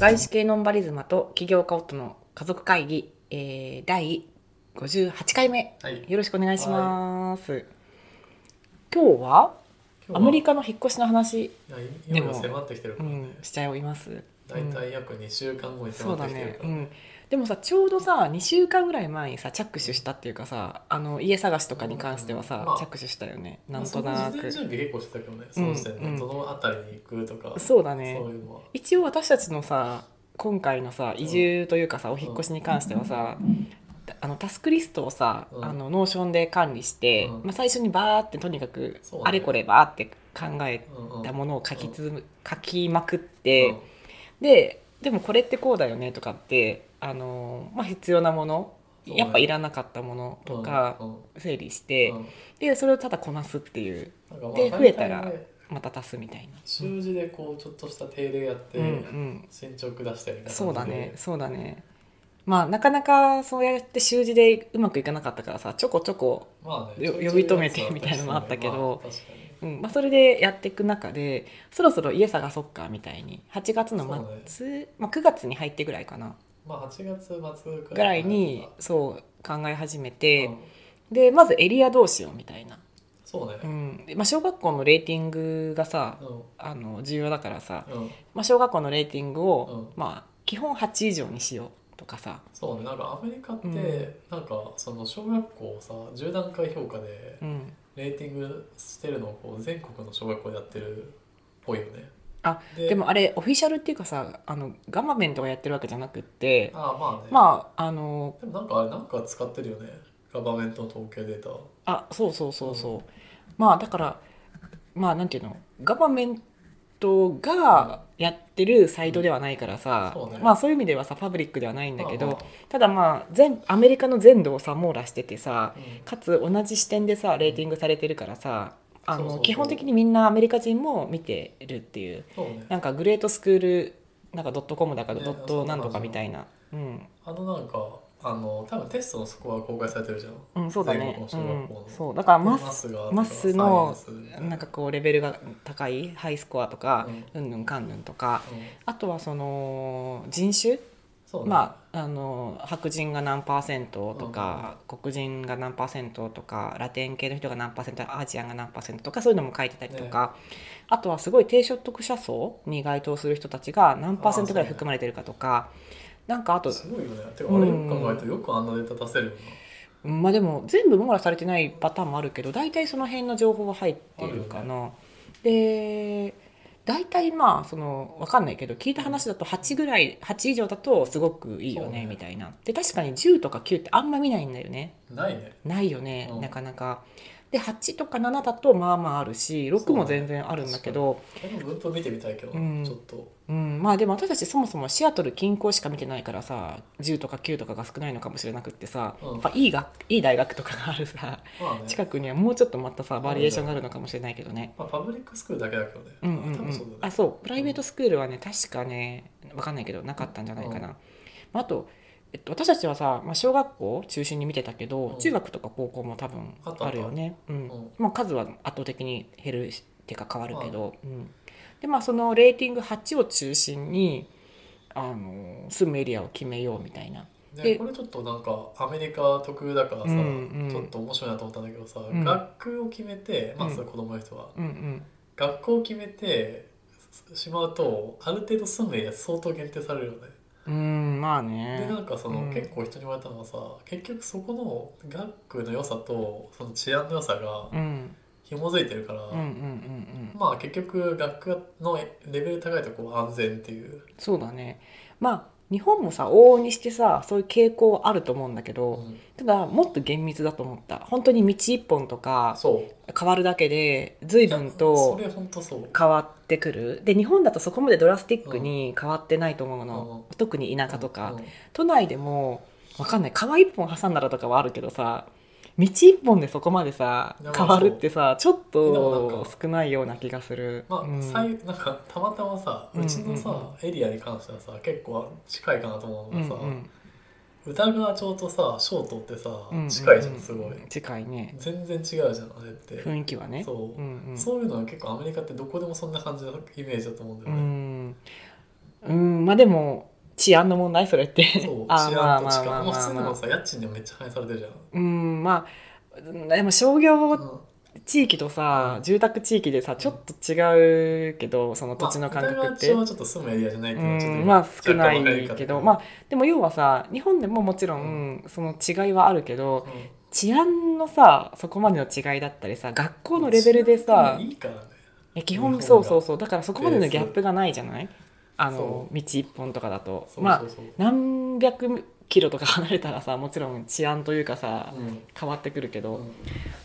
外資系ノンバリズマと起業家夫の家族会議、えー、第58回目、はいよろしくお願いします、今日はアメリカの引っ越しの話、カで今も迫ってきてるうからねん、しちゃいます大体約2週間後にそ迫うだってきてるね、かうらん、でもさちょうどさ2週間ぐらい前にさ着手したっていうかさあの家探しとかに関してはさ、まあ着手したよねまなあんとそなの事前く準備結構してたけどねその時点で、うんどの辺りに行くとかそうだねそういうのは一応私たちのさ今回のさ移住というかさお引っ越しに関してはさ、あのタスクリストをさ、うんあのノーションで管理して、うんまあ、最初にバーってとにかくそうだねあれこれバーって考えうんうんたものを書きうんつづ、書きまくっうて、んででもこれってこうだよねとかってあの、まあ、必要なものそうねやっぱいらなかったものとかうんうん整理して、うんでそれをただこなすっていうなんかまあで増えたら大体ねまた足すみたいな。習字でこうちょっとした定例やって、うんうん進捗出してみたいな感じでそうだねそうだねまあなかなかそうやって習字でうまくいかなかったからさちょこちょこ、まあねよちょいちょ呼び止めてみたいなのもあったけどやつはうあんまあ、それでやっていく中でそろそろ家探そっかみたいに8月の末、まあ、9月に入ってぐらいかなったしまあ確かにまあ8月末ぐらいにそう考え始めて、うんでまずエリアどうしようみたいな、そうねう、んでまあ、小学校のレーティングがさうんあの重要だからさ、うん、まあ、小学校のレーティングを、うまあ、基本8以上にしようとかさ、そうねなんかアメリカって、うんなんかその小学校をさ10段階評価でうん、レーティングしてるのをこう全国の小学校でやってるっぽいよねあででもあれオフィシャルっていうかさあのガマメントがやってるわけじゃなくってああまあね、まああのでもなんかあれなんか使ってるよねガバメントの統計データあそうそうそうそう、まあだからまあなんていうのガバメントがやってるサイトではないからさ、うんそうねまあそういう意味ではさパブリックではないんだけど、まあまただまあ全アメリカの全土をさ網羅しててさあうんかつ同じ視点でさレーティングされてるからさあそうそうのそう基本的にみんなアメリカ人も見てるっていうそうねなんかグレートスクールなんかドットコムだからねドットなんとかみたいな、うん、あのなんかあの多分テストのスコア公開されてるじゃんうん、そうだね全国の、う小学校のん、そうだからマススがマスのサイエンスみたいなんかこうレベルが高いハイスコアとか、うんぬんかんぬんとかうんあとはその人種、そうねまああの白人が何パーセントとか、黒人が何パーセントとかラテン系の人が何パーセントアジアンが何パーセントとかそういうのも書いてたりとか、あとはすごい低所得者層に該当する人たちが何パーセントぐらい含まれてるかとか、なんかあとすごいよねてかあれよく考えるとよくあんなデータ出せるよな、うんまあでも全部網羅されてないパターンもあるけど大体その辺の情報は入ってるかな。で大体まあその分かんないけど聞いた話だと8ぐらい8以上だとすごくいいよそうねねみたいな。で確かに10とか9ってあんま見ないんだよね。ないねないよね、うんなかなか。で8とか7だとまあまああるし6も全然あるんだけどこの分布見てみたいけど、うんちょっとうん、まあでも私たちそもそもシアトル近郊しか見てないからさ10とか9とかが少ないのかもしれなくってさ、うんやっぱいい学いい大学とかがあるさまあね近くにはもうちょっとまたさバリエーションがあるのかもしれないけどね。まあ、パブリックスクールだけだけどね、うんうん多う、分そうんだあねそうプライベートスクールはね確かね分かんないけどなかったんじゃないかな、まあ、あと、えっと、私たちはさ、まあ、小学校を中心に見てたけど、うん中学とか高校も多分あったあったあるよねうんうんまあ、数は圧倒的に減るしっていうか変わるけど、うん、でまあそのレーティング8を中心にあの住むエリアを決めようみたいなでね、これちょっとなんかアメリカ特有だからさ、うんうんちょっと面白いなと思ったんだけどさ、ん学区を決めてまあうんそれ子供の人は、うんうん学校を決めてしまうとある程度住むエリア相当限定されるよね、うんまあでねなんかその、うん結構人に言われたのはさ結局そこの学区の良さとその治安の良さがうん紐づいてるから、うんうんうんうんまあ結局学区のレベル高いとこう安全っていう、そうだねまあ日本もさ往々にしてさそういう傾向はあると思うんだけうどんただもっと厳密だと思った本当に道一本とかそう変わるだけで随分とそれ本当そう変わってくるで日本だとそこまでドラスティックに変わってないと思うの、特に田舎とか、うん都内でもわかんない川一本挟んだらとかはあるけどさ道一本でそこまでさいやま変あわるってさちょっでもなんとか少ないような気がする。まあ、うんさいなんかたまたまさうんうちのさ、うんエリアに関してはさ結構近いかなと思ううのんがさ、うん歌川町とさショートってさ、うん近いじゃんすごい、近いね全然違うじゃんあれって、雰囲気はねそううんうんそういうのは結構アメリカってどこでもそんな感じのイメージだと思うんだうよね、んうんまあでも治安の問題それってそう あ治まあ安とまあしまあかもう普まあ通でまあもさ家賃でもめっちゃ反映されてるじゃん、うんまあでも商業うん地域とさ住宅地域でさちょっと違うけどその土地の感覚ってまあ、はちょっと住むエリアじゃないけど、ちょっとうん今まあ少な若干分かりにいくかったけどまあでも要はさ日本でももちろんその違いはあるけどうん治安のさそこまでの違いだったりさ学校のレベルでさいいからねいや基本日そ本うがそうそうだからそこまでのベースギャップがないじゃないあのそ道一本とかだとそうまあそうそう、何百キロとか離れたらさもちろん治安というかさうん変わってくるけど、うん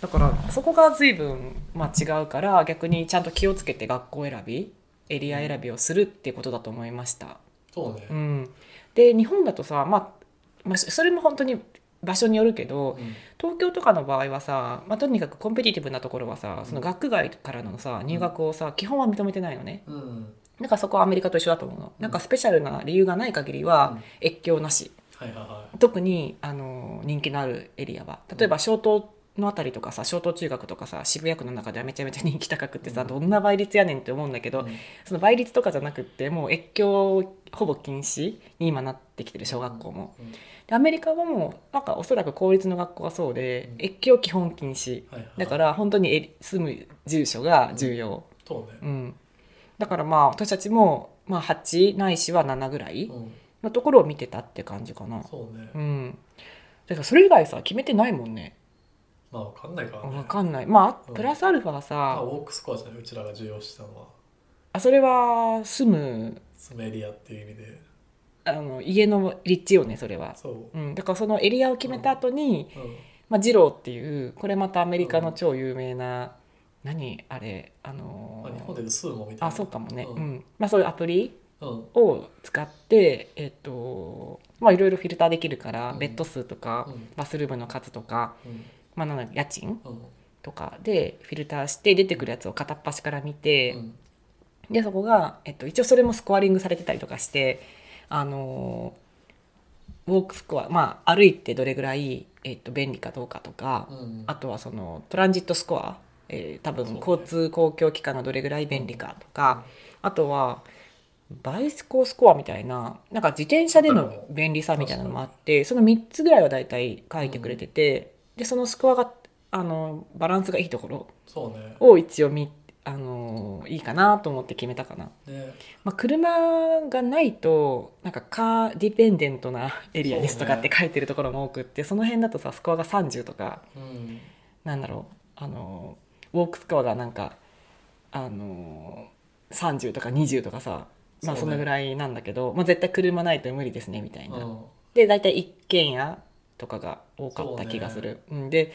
だからそこが随分、まあ、違うから逆にちゃんと気をつけて学校選びエリア選びをするっていうことだと思いました。そうね、ううんん、で日本だとさ、まあ、まあそれも本当に場所によるけど、東京とかの場合はさ、まあ、とにかくコンペティティブなところはさその学外からのさ入学をさ基本は認めてないのねうんだからそこはアメリカと一緒だと思うのなんかスペシャルな理由がない限りはうん越境なしはいはいは特にあの人気のあるエリアは例えば小東のあたりとかさ小東中学とかさ渋谷区の中ではめちゃめちゃ人気高くってさうんどんな倍率やねんって思うんだけい、どうんその倍率とかじゃなくってもう越境ほぼ禁止に今なってきてる小学校もうんでアメリカはもうなんかおそらく公立の学校がそうでうん越境基本禁止はいはい、だから本当にえり住む住所が重要、そうね、うん、だからまあ私たちも、まあ、8ないしは7ぐらいうん、のところを見てたって感じかなそうね、うんだからそれ以外さ決めてないもんねまあわかんないからね分かんないまあうんプラスアルファはまあ、さウォークスコアじゃないうちらが重要視したのはあそれは住む住むエリアっていう意味であの家の立地よねそれは、そうん、だからそのエリアを決めた後に、う、うん、まあ、ジローっていうこれまたアメリカの超有名な、何あれあのまあ、日本でいうスーモみたいなあそうかもね、ううんんまあ、そういうアプリうんを使ってえっ、とまあいろいろフィルターできるから、うんベッド数とか、うんバスルームの数とか、うんまあ、なんだ家賃うんとかでフィルターして出てくるやつを片っ端から見てう、んでそこが、えっと、一応それもスコアリングされてたりとかしてあのーウォークスコアまあ歩いてどれぐらい、えっと、便利かどうかとか、うんあとはそのトランジットスコア、えー多そう分ね交通公共機関がどれぐらい便利かとか、あとはバイスコースコアみたいななんか自転車での便利さみたいなのもあってその3つぐらいは大体書いてくれてて、でそのスコアがあのバランスがいいところそうねを一応見あのいいかなと思って決めたかな、ねまあ、車がないとなんかカーディペンデントなエリアですとかって書いてるところも多くってその辺だとさスコアが30とかうんなんだろうあのウォークスコアがなんかあの30とか20とかさまあそそうねのぐらいなんだけど、まあ、絶対車ないと無理ですねみたいな、うんで大体一軒家とかが多かった気がする、うんで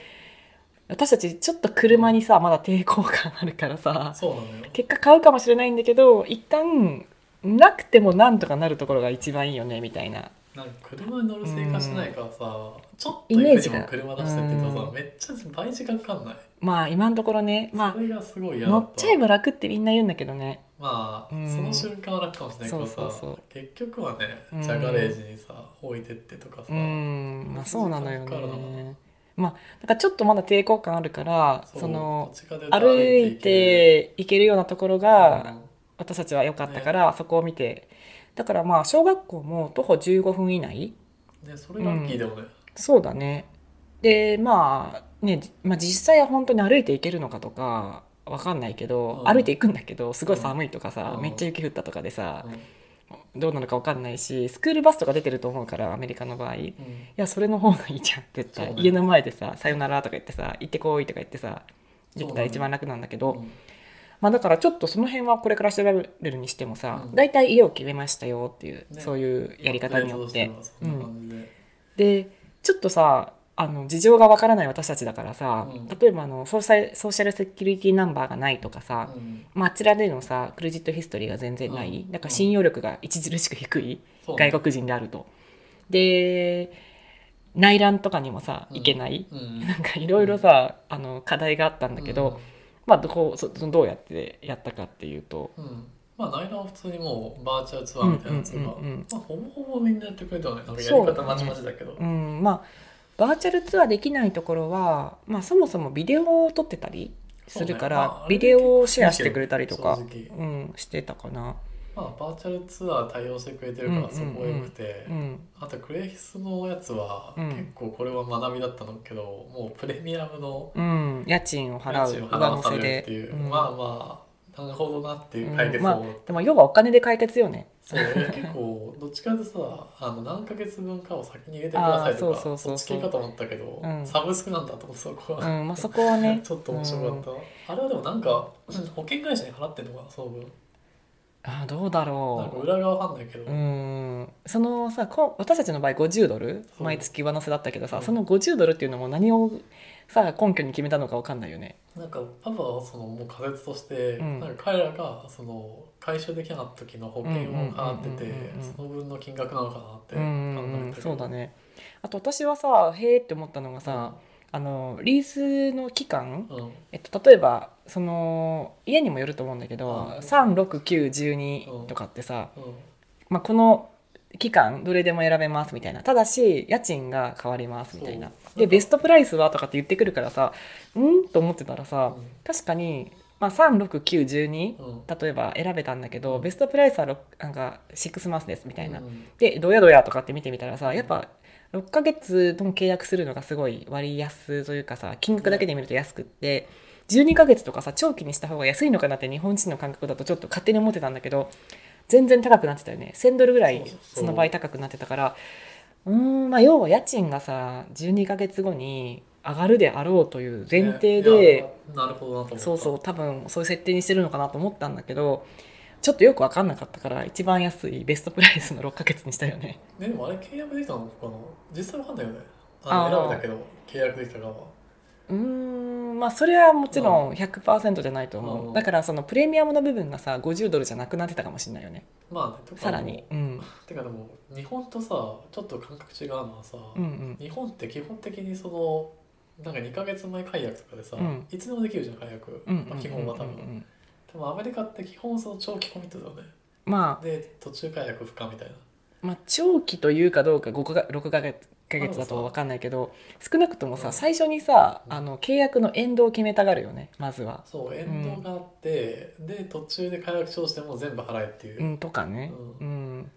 私たちちょっと車にさまだ抵抗感あるからさそうなのよ結果買うかもしれないんだけど一旦なくてもなんとかなるところが一番いいよねみたいななんか車に乗る生活してないからさ、ちょっとイメージが今車出してって言うとさ、うんめっちゃ倍時間かかんない、まあ今のところねまそれがすごあい嫌だ乗たっちゃえば楽ってみんな言うんだけどねまあ、うんその瞬間は楽かもしれないけどさそうそうそう結局はねうんじゃあガレージにさ、置いてってとかさ、うん、まあ、そうなのよそういう感覚からね。まあ、なんかちょっとまだ抵抗感あるから、その。土地が出歩いて行けるようなところが、私たちは良かったから、そこを見て。だから、まあ、小学校も徒歩15分以内。うんね、それラッキーでもね、そうだね。で、まあ、ね、まあ、実際は本当に歩いて行けるのかとか。わかんないけど、うん歩いて行くんだけどすごい寒いとかさ、うんめっちゃ雪降ったとかでさう、んどうなのかわかんないしスクールバスとか出てると思うからアメリカの場合、うんいやそれの方がいいじゃん絶対、そうね家の前でさ「さよなら」とか言ってさ「行ってこい」とか言ってさできそたうだらね一番楽なんだけど、うんまあだからちょっとその辺はこれから調べるにしてもさ、うん大体家を決めましたよっていう、ねそういうやり方によってアップデートとしてはそんな感じで、でちょっとさあの事情がわからない私たちだからさ、うん例えばあのソーシャルソーシャルセキュリティナンバーがないとかさ、うんまあ、あちらでのさクレジットヒストリーが全然ない、うんだから信用力が著しく低い、そうね外国人であると。で内覧とかにもさ行けない、 うんなんかいろいろさ、あの課題があったんだけど、まあどこそそのどうやってやったかっていうと、うんうんまあ内覧は普通にもうバーチャルツアーみたいなやつが、うんうんうんうんまあ、ほぼほぼみんなやってくれたよねなんかやそうりだ方ねまちまちだけどうん、まあバーチャルツアーできないところは、まあ、そもそもビデオを撮ってたりするから、そうねまあビデオをシェアしてくれたりとか正、直うん、してたかな。まあバーチャルツアー対応してくれてるかうんうんらうんそこはよくて、うんあとクレヒスのやつはうん結構これは学びだったのけど、もうプレミアムのうん、家賃を払家賃うを上乗させれるっでていう、うんまあまあなるほどなっていう解決を、うんまでも要はお金で解決よねそういや結構どっちかってさあの何ヶ月分かを先に入れてくださいとあーそうかそうそうそうっち系かと思ったけど、うんサブスクなんだと思ってそこうは、んまあそこはねちょっと面白かった、あれはでもなんか保険会社に払ってんのかなその分あどうだなんかろ裏側わかんないけど、ううんそのさこ私たちの場合50ドルそう毎月上乗せだったけどさ、うんその50ドルっていうのも何をさ根拠に決めたのか分かんないよねなんかパパはそのもう仮説として、うんなんか彼らがその回収できなかった時の保険を払っててうんうんうんうんうんその分の金額なのかなってう考んうんうんえたけどそうだねあと私はさへえって思ったのがさあのリースの期間、うんえっと、例えばその家にもよると思うんだけどうん36912とかってさ、うんまあ、この期間どれでも選べますみたいなただし家賃が変わりますみたいなそうでベストプライスはとかって言ってくるからさうんと思ってたらさうん確かに、まあ、36912うん例えば選べたんだけどうんベストプライスはろくなんか6マスですみたいなうんでどやどやとかって見てみたらさやっぱ6ヶ月の契約するのがすごい割安というかさ金額だけで見ると安くって12ヶ月とかさ長期にした方が安いのかなって日本人の感覚だとちょっと勝手に思ってたんだけど全然高くなってたよね1000ドルぐらそういそうそうその場合高くなってたからうーんまあ要は家賃がさ12ヶ月後に上がるであろうという前提で、ねいやなるほどなと思ったそうそう多分そういう設定にしてるのかなと思ったんだけどちょっとよく分かんなかったから一番安いベストプライスの6ヶ月にしたよね。ねでもあれ契約できたのかな実際わかんないよねああーの選べたけど契約できたかはうーんまあそれはもちろん100%じゃないと思う、うんだからそのプレミアムの部分がさ50ドルじゃなくなってたかもしれないよねまあねとかさらに、うん、てかでも日本とさちょっと感覚違うのはさ、うんうん日本って基本的にそのなんか2ヶ月前解約とかでさ、うんいつでもできるじゃん解約、うんうんまあ、基うんうん本は多分、うんでもアメリカって基本その長期コミットだよねまあで途中解約不可みたいなまあ長期というかどうか5か6ヶ月ヶ月だと分かんないけど少なくともうさん最初にさうんあの契約の変動を決めたがるよねまずは、そう遠慮があって、で途中で解約調しても全部払えっていう、うん、とかね、う、うん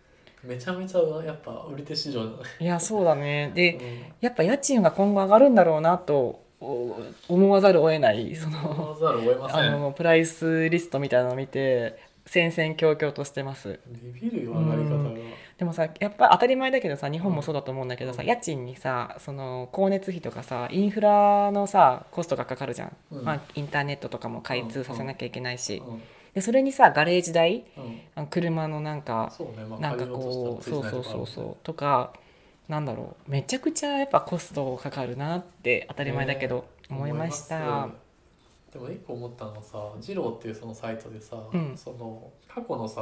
めちゃめちゃやっぱ売り手市場だね、いやそうだねで、うんやっぱ家賃が今後上がるんだろうなとお思わざるを得ないその思わざるを得ませあんのプライスリストみたいなのを見て戦々恐々としてますビビるよ上がり方が、でもさやっぱ当たり前だけどさ日本もそうだと思うんだけどさ、うん家賃にさその光熱費とかさインフラのさコストがかかるじゃん、うんまあ、インターネットとかも開通させなきゃいけないし、うんでそれにさガレージ代うんあの車のなんかそうねまあなんか借りようとしたらこうついそてうないそうとかそうそうとかなんだろうめちゃくちゃやっぱコストかかるなって当たり前だけど思いました思いますでも一個思ったのはさ二郎っていうそのサイトでさ、うんその過去のさ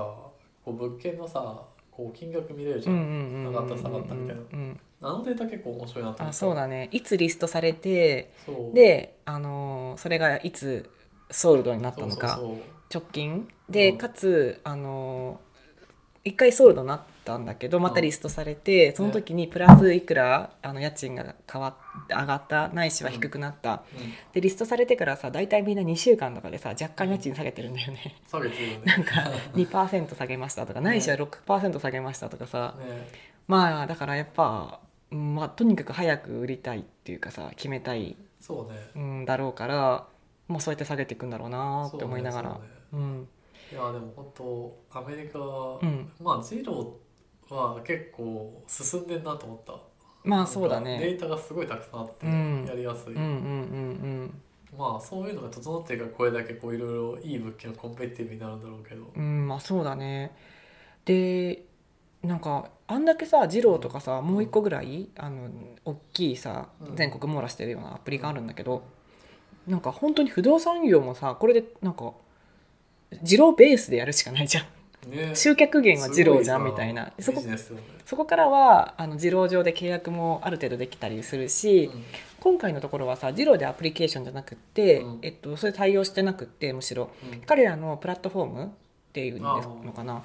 こう物件のさこう金額見れるじうゃん、んうんうんうん上がった下がったみたいなうんうんあのデータ結構面白いなと思ったあそうだねいつリストされてそうであのーそれがいつソールドになったのかそうそう直近でうんかつあのー一回ソールドになったんだけどまたリストされてその時にプラスいくらあの家賃が変わっ上がったないしは低くなったそう、うん、でリストされてからさ大体みんな2週間とかでさ若干家賃下げてるんだよね下げて るよね なんか2%下げましたとかないしは6%下げましたとかさねまあだからやっぱ、うんまあ、とにかく早く売りたいっていうかさ決めたいそうねうんだろうからもうそうやって下げていくんだろうなって思いながらそうねうんそうねいやでも本当アメリカ、うんまあ二郎は結構進んでんなと思ったまああそうだデねータがすごいたくさんあって、うんやりやすい、うんうんうんまあそういうのが整ってるからこれだけこういろいろいい物件のコンペティティブになるんだろうけど、うんうんまあそうだねでなんかあんだけさ二郎とかさもう一個ぐらいあの大きいさうん全国網羅してるようなアプリがあるんだけど、なんか本当に不動産業もさこれでなんか二郎ベースでやるしかないじゃんね集客源は二郎じゃんすみごさたいなそビこジネスだよねそこからはあの二郎上で契約もある程度できたりするし、うん今回のところはさ二郎でアプリケーションじゃなくって、うんえっと、それ対応してなくってむしろうん彼らのプラットフォームっていうのかなうん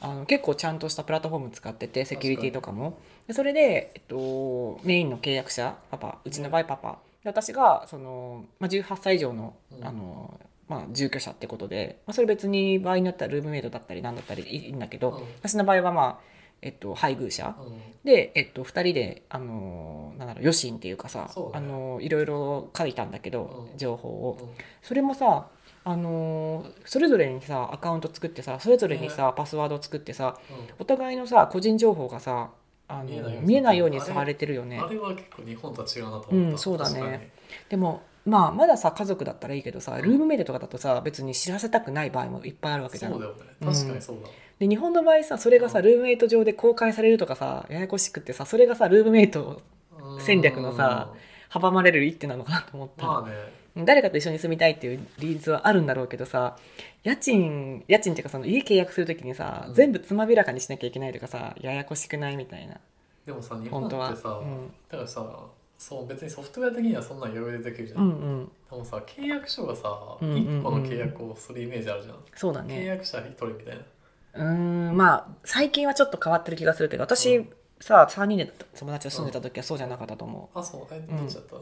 あの結構ちゃんとしたプラットフォーム使っててセキュリティとかもでそれで、えっと、メインの契約者パパうちの場合パパ、で私がその、まあ、18歳以上の,、うんあのまあ、住居者ってことで、まあ、それ別に場合によってはルームメイトだったり何だったりいいんだけど、うん私の場合はまあ、えっと、配偶者うで、えっと、2人で、あのーなんだろう余震っていうかさそうねあのーいろいろ書いたんだけど、うん情報を。んうんそれもさあのーそれぞれにさアカウント作ってさそれぞれにさ、パスワード作ってさお互いのさ個人情報がさあの見えないように見えないようにあれされてるよねあれは結構日本とは違うなと思った。うんそうだね確かに。でもまあまださ家族だったらいいけどさんルームメイトとかだとさ別に知らせたくない場合もいっぱいあるわけじそゃうんだよね。うん確かにそうだ。で日本の場合さそれがさうんルームメイト上で公開されるとかさややこしくってさそれがさルームメイトをうん戦略のさ、阻まれる一手なのかなと思った、まあね、誰かと一緒に住みたいっていう理由はあるんだろうけどさ家賃家賃っていうかその家契約するときにさ、うん全部つまびらかにしなきゃいけないとかさややこしくないみたいなでもさ、日本本って当は、さ、うん、だからさ、そう別にソフトウェア的にはそんなん余裕でできるじゃん。うんうんでもさ、契約書がさ、う一んうんうん1個の契約をするイメージあるじゃん。そうだ契ね約者1人みたいな。うーんまあ最近はちょっと変わってる気がするけど私、うんさ3人で友達と住んでた時はそうじゃなかったと思う、あ、そう、え、うんどっちだった、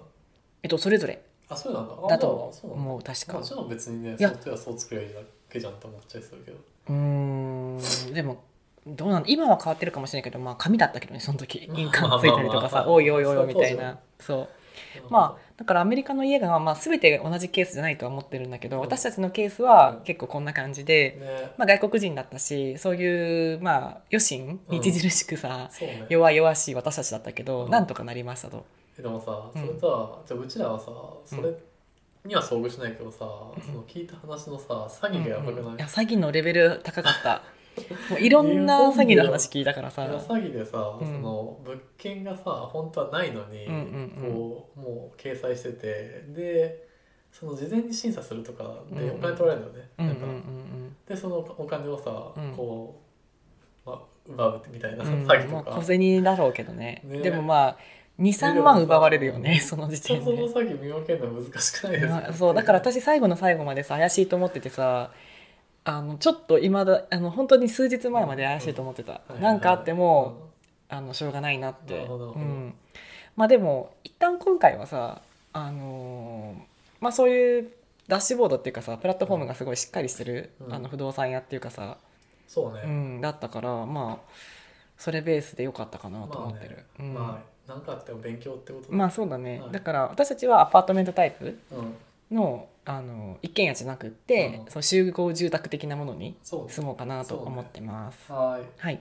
えっとそれぞれあ、そうなんだ。あだとそうなんだ。思う確まかあ、じゃあ別にね、いソやフトウェアそう作りゃいいだけじゃんと思っちゃいそうだけど。うーんでもどうなん今は変わってるかもしれないけどまあ紙だったけどねその時印鑑ついたりとかまあまあさまあおいおいおいおいみたいそうなそうまあだからアメリカの家が、まあ、全て同じケースじゃないとは思ってるんだけどうん私たちのケースうはん結構こんな感じで、ね、まあ、外国人だったしそういうまあ余震に著しくさ、そうね。弱々しい私たちだったけど、うんなんとかなりましたと。えでもさ、うんそれとは、じゃあうちらはさ、それには遭遇しないけどさ、その聞いた話のさ、詐欺がやばくない、うんいいやや詐欺のレベル高かったもういろんな詐欺の話聞いたからさ詐欺でさ、うんその物件がさ本当はないのに、うんうんうんこうもう掲載しててでその事前に審査するとかうんでうおん金取られるのよね、うんうんなんかでそのお金をさ、うんこう、まあ、奪うみたいな、うんうん詐欺まとあか、小銭だろうけどねねでもまあ23万奪われるよねその時ちょっ点とそので、詐欺見分けるの難しくないですかまあそうだから私最後の最後までさ怪しいと思っててさあのちょっと今だあの本当に数日前まで怪しいと思ってたはいはいなんかあってもあのしょうがないなっなてるほどなるうほどんまあでも一旦今回はさあのーまあそういうダッシュボードっていうかさプラットフォームがすごいしっかりしてる、うんあの不動産屋っていうかさ、そうね、うん、だったからまあそれベースで良かったかなと思ってる、うんまあ何かあっても勉強ってことでまあそうだね、はいだから私たちはアパートメントタイプうん、のあの一軒家じゃなくって、うんその集合住宅的なものにそうです住もうかなと思ってます、ははい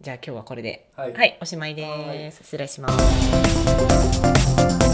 じゃあ今日はこれでいはいはいおしまいです失礼します